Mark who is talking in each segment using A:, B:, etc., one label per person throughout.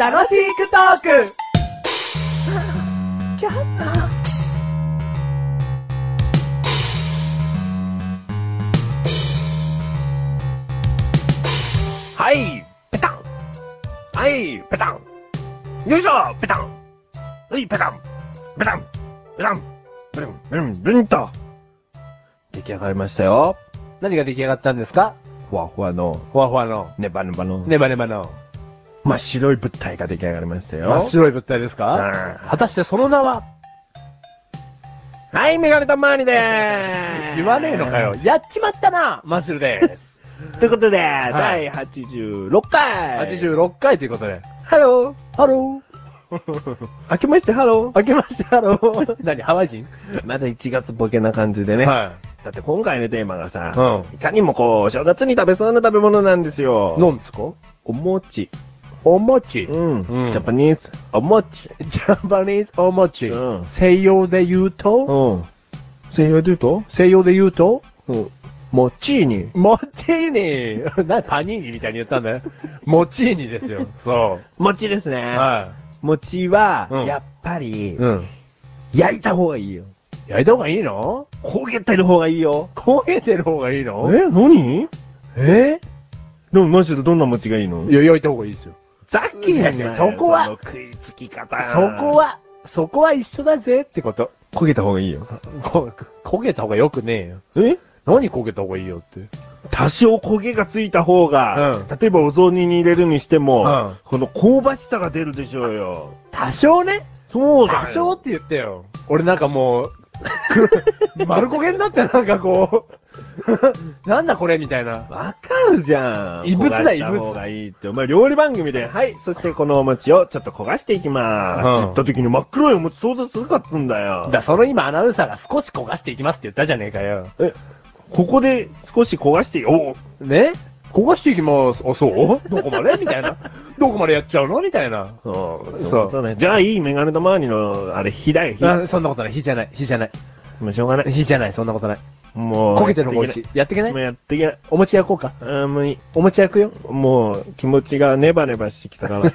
A: 楽しくトーク
B: はい、ペタン。はい、ペタン。よいしょ、ペタン。はい、ペタン。ペタン。ペタン。ブルン、ブルン、ブルンと。出来上がりましたよ。
C: 何が出来上がったんですか
B: ふわふわの、
C: ふわふわの、
B: ネバネバの、
C: ネバネバの、
B: 真っ白い物体が出来上がりましたよ。
C: 真っ白い物体ですか
B: うん
C: 果たしてその名は
B: はい、メガネたまわりでーす。
C: 言わねえのかよ。。やっちまったなマッシュルです。
B: ということで、
C: い
B: 第86回。
C: 86回ということで。
B: ハロー。
C: ハロ
B: 明けましてハロ
C: ー。明けましてハロー。 何ハワイ人
B: ー。まだ1月ボケな感じでね。
C: は
B: だって今回のテーマがさ、
C: う
B: いかにもこう、お正月に食べそうな食べ物なんですよ。
C: い。なんですか
B: お餅。
C: お餅。
B: うん。
C: うん
B: ジャパニーズ。お餅。
C: ジャパニーズお餅。
B: うん
C: 西洋で言うと、
B: うん。西洋で言うと
C: 西洋で言うと、
B: うん。餅に。
C: モチ ーニな、パニーニみたいに言ったんだよ。モチーニですよ。 そ
B: 餅ですね。
C: う。は
B: 餅は、
C: うん
B: やっぱり
C: い。、うん。
B: 焼いた方がいいよ。
C: 焼いた方がいいの
B: 焦げてる方がいいよ。
C: 焦げてる方がいいの
B: え何
C: え
B: でもマジでどんな餅がいいの
C: いや、焼いた方がいいですよ。
B: ざっきやんなよ
C: そこは
B: の食いつき方。
C: そこは、そこは一緒だぜってこと。
B: 焦げた方がいいよ。
C: こ焦げた方がよくねえよ。
B: え
C: 何焦げた方がいいよって。
B: 多少焦げがついた方が、
C: うん
B: 例えばお雑煮に入れるにしても、
C: うん
B: この香ばしさが出るでしょうよ。
C: 多少ね
B: そうだよ
C: 多少って言ってよ。俺なんかもう、 く丸焦げになってなんかこう、 なんだこれみたいな。
B: わかるじゃん。
C: 異物だ
B: 焦がした方がいいって。お前料理番組で、はい、そしてこのお餅をちょっと焦がしていきます。
C: うん
B: 言った時に真っ黒いお餅想像するかっつんだよ。
C: だ、その今アナウンサーが少し焦がしていきますって言ったじゃねえかよ。
B: ここで少し焦がしてよ。
C: ね焦がしていきます。あ、そうどこまでみたいな。どこまでやっちゃうのみたいな。
B: おそう
C: そう
B: そうね。じゃあいいメガネと周りの、あれ、火だよ、火。
C: あそんなことない。火じゃない。火じゃない。
B: もうしょうがない。
C: 火じゃない。そんなことない。
B: もう。
C: 焦げてる方が美味しい。やってけな
B: もう
C: い
B: やっていけない。
C: お餅焼こうか。
B: あーもういい
C: お餅焼くよ。
B: もう気持ちがネバネバしてきた から。も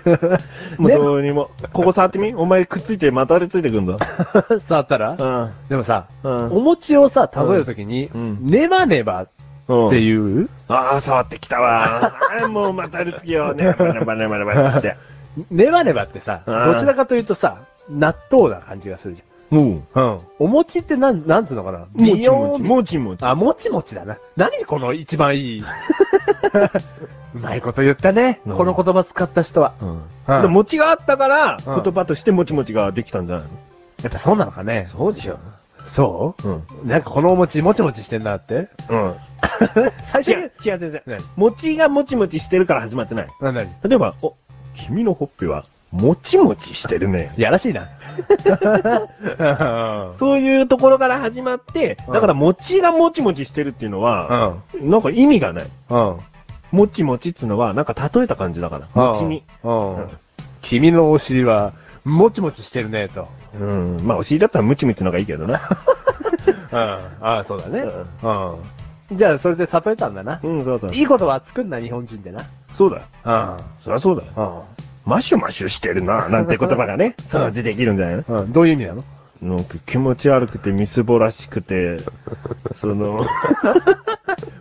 B: う
C: ね
B: どうにも。ここ触ってみお前くっついてまたあれついてくんだ。
C: 触ったら
B: うん。
C: でもさ、
B: うん。
C: お餅をさ、食べるときに、
B: うん
C: ネバネバっ
B: うん
C: ていう、
B: ああ、触ってきたわ。あーもうまたあれつけよう。ネバネバネバネバって。
C: ネバネバってさ、
B: うん
C: どちらかというとさ、納豆な感じがするじ
B: うん。
C: ゃん。うん。お餅ってなん、なんつうのかな
B: も
C: 微
B: ちも
C: 妙
B: ち。
C: に
B: もちもち。
C: あ、もちもちだな。何この一 番いい。うまいこと言ったね。
B: うん
C: この言葉使った人は。
B: うん。
C: うん
B: で餅があったから、
C: うん
B: 言葉としてもちもちができたんじゃないの
C: やっぱそうなのかね。
B: そうでしょ。
C: そ
B: うん。
C: うなんかこのお餅、もちもちしてんなって。
B: うん。
C: 最
B: 違
C: 初に
B: う、違う、違う、違
C: ね
B: う。餅がもちもちしてるから始まってない。
C: な、なに
B: 例えば、お、君のほっぺは、もちもちしてるね。
C: やらしいな。
B: そういうところから始まって、
C: うん
B: だから餅がもちもちしてるっていうの
C: う
B: は、
C: ん。
B: なんか意味がない。
C: うん。
B: もちもちっていうのは、なんか例えた感じだから。もちに。
C: うん。
B: うん
C: 君のお尻は、もちもちしてるね、と。
B: うん。まあ、お尻だったらムチムチの方がいいけどな。
C: うん。ああ、そうだね。
B: う
C: うん。じゃあ、それで例えたんだな。
B: うん、そうそう。
C: いいことは作んな、日本人でな。
B: そうだ。
C: う
B: そりゃそうだよ。
C: ん。
B: マシュマシュしてるな、なんて言葉がね、その字できるんじゃないの
C: うん。うん。どういう意味なの
B: なんか気持ち悪くてみすぼらしくて、その、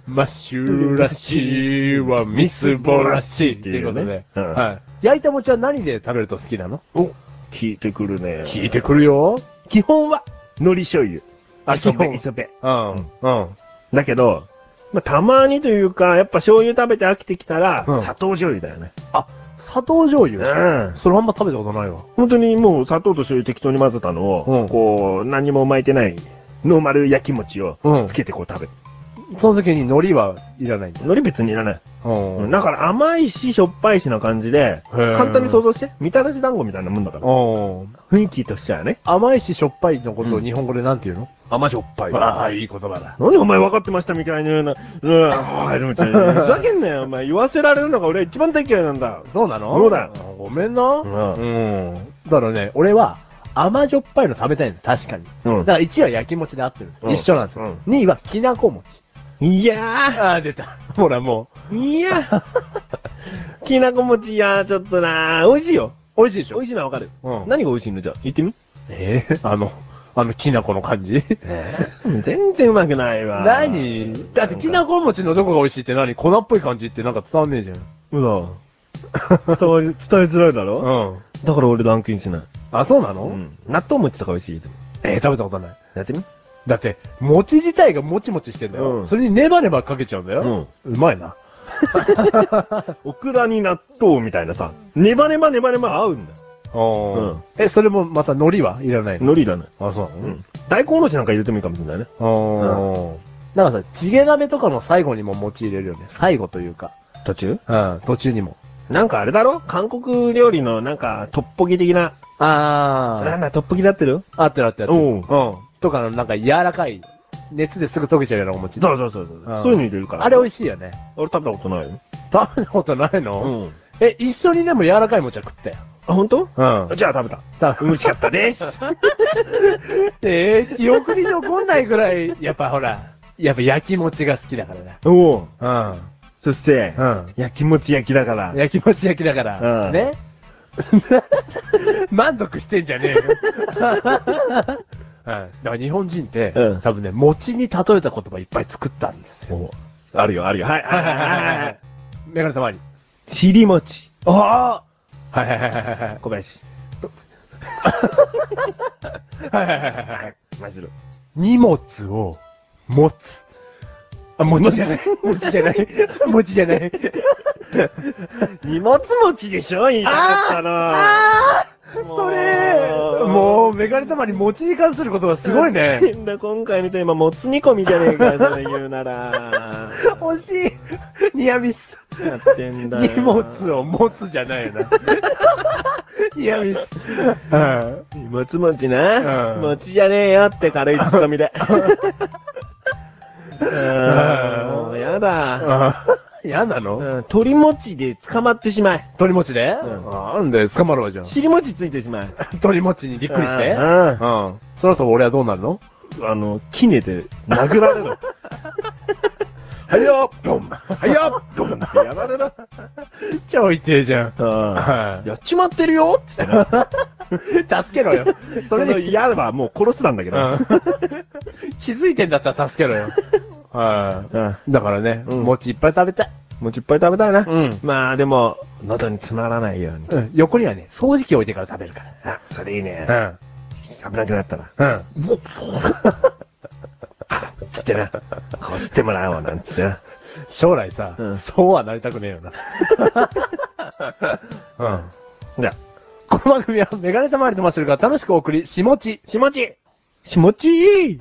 C: マッシュらしいはミスボらしいっていうことで。
B: うん
C: はい。焼いた餅は何で食べると好きなの
B: お、聞いてくるね。
C: 聞いてくるよ。
B: 基本は、海苔醤油。
C: あ
B: 磯
C: 基
B: 辺、
C: 本
B: 磯辺。
C: うん。うん。
B: だけど、まあ、たまにというか、やっぱ醤油食べて飽きてきたら、
C: うん
B: 砂糖醤油だよね。
C: 砂糖醤油。
B: うん。
C: それあんま食べたことないわ。
B: 本当にもう砂糖と醤油適当に混ぜたのを、
C: うん
B: こう、何にも巻いてない、ノーマル焼き餅を
C: うん
B: つけてこう食べる。
C: その時に海苔はいらないんだ。
B: 海苔別にいらない。
C: う
B: だから甘いし、しょっぱいしな感じで、
C: へー
B: 簡単に想像して、みたらし団子みたいなもんだから。
C: うん。
B: 雰囲気としてはね。
C: 甘いししょっぱいのことを
B: うん
C: 日本語でなんて言うの、
B: 甘じょっぱい。
C: ああ、いい言葉だ。
B: 何お前分かってましたみたいなような。うん、はい、でもちょっとふざけんなよ、お前。言わせられるのが俺は一番大嫌いなんだ。
C: そうなの
B: そうだよ
C: あごめんな。
B: ん
C: うん。だからね、俺は甘じょっぱいの食べたいんです、確かに。
B: う
C: だから1は焼き餅で合ってるんです。
B: うん
C: 一緒なんですよ。
B: う
C: 2はきなこ餅。
B: ん。いや
C: ああ、出た。ほらも
B: ー、いやー。
C: う、
B: きなこ餅、いやー、ちょっとなー。美味しいよ。
C: 美味しいでし
B: 美
C: ょ
B: 味しいのはわかる。
C: うん
B: 何が美味しいのじゃあ、言ってみ。
C: ええあの、あの、きなこの感じ
B: えー、全然うまくないわ。
C: 何だって、きな
B: こ。
C: こ餅のどこが美味しいって何粉っぽい感じってなんか伝わんねえじゃん。
B: うわ。伝わり、伝えづらいだろ
C: うん。
B: だから俺ランクインしない。
C: あ、そうなの、
B: ん。納豆餅とか美味しい。
C: えー食べたことない。
B: やってみ
C: だって、餅自体がもちもちしてんだよ。
B: うん
C: それにネバネバかけちゃうんだよ。うまいな。
B: オクラに納豆みたいなさ、ネバネバネバネバ合うんだよ。
C: う
B: うん
C: ん。え、それもまた海苔はいらないの
B: 海苔いらない。
C: あ、そうなの
B: うん。大根おろしなんか入れてもいいかもしれないね。
C: うん。なんかさ、チゲ鍋とかの最後にも餅入れるよね。最後というか。
B: 途中
C: うん、途中にも。
B: なんかあれだろ韓国料理のなんか、トッポギ的な。な
C: あ
B: んだ、トッポギだってる
C: あ。あってるあってるあってる。
B: おう
C: うん。とかのなんか柔らかい、熱ですぐ溶けちゃうようなお餅。
B: そうそうそうそう。
C: うん
B: そういうの入れるから。
C: あれ美
B: 俺
C: 味しいよね。
B: 食べたことないよ。
C: 食べたことないの、
B: ん。
C: え、一緒にでも柔らかい餅は食ったよ。
B: あ、ほんと
C: うん。
B: じゃあ食べた。
C: 食
B: 美味しかったです。
C: べて、記憶に残んないぐらい、 やっぱほら、やっぱ焼き餅が好きだからね。
B: おう
C: う
B: そして、
C: ん。うん。
B: 焼きもち焼きだから。
C: 焼き餅焼きだから。
B: うん
C: ね 満足してんじゃねえよ。 うん、だから日本人って、
B: うん
C: 多分ね、餅に例えた言葉いっぱい作ったんですよ。
B: おうあるよ、あるよ。はい、はい、はいはい はい。
C: メガネ様に。
B: ちりもち。
C: ああはいはいはいはいはい。
B: 小林。
C: はいはいはいはいはい。
B: マジロ。
C: 荷物を持つ。あ、餅じゃない。餅じゃ ない。餅じゃない。
B: 荷物持ちでしょ言いたかったの。
C: あー
B: もう
C: それもう、メガネたまに餅に関することはすごいね。
B: 変だ、今回のテーマ、もつ煮込みじゃねえかよ、それ言うな ら。
C: 惜しい。ニアミス。
B: やってんだよ。
C: 荷物。を持つじゃないよな。ニアミス。うん。
B: 荷物持ちな。
C: うん
B: 持ちじゃねえよって軽いツッコミで。 うんもうやだ。
C: あ嫌なの
B: うん鳥餅で捕まってしまい。
C: 鳥餅で
B: ん
C: なんで捕まるわじゃん。
B: 尻餅ついてしまい。
C: 鳥餅にびっくりして。
B: う
C: うん。
B: んうん
C: その後俺はどうなるの
B: あの、キネで殴られ る。はいよドンはいよドンってやられる。
C: 超痛えじゃん。
B: うんやっちまってるよっつってな。
C: 助けろよ。
B: そ
C: そ
B: れ
C: れ
B: の
C: で、
B: 嫌はもう殺すなんだけ
C: う
B: ど。
C: ん 気づいてんだったら助けろ よ。はい
B: うん。
C: だからね、
B: うん
C: 餅いっぱい食べたい。
B: もういっぱい食べたいな。
C: うん
B: まあでも、喉に詰まらないように。
C: うん。横にはね、掃除機置いてから食べるか
B: あ、それいいね。
C: ら。
B: 危なくなったら。
C: うん。うん。
B: つってな。こすってもらおうなんつってな。
C: 将来さ、
B: うん
C: そうはなりたくねえよな。 うん。
B: じゃあ、
C: この番組はメガネたまわりとマッシュルが楽しくお送り、しもち。
B: しもちしもちー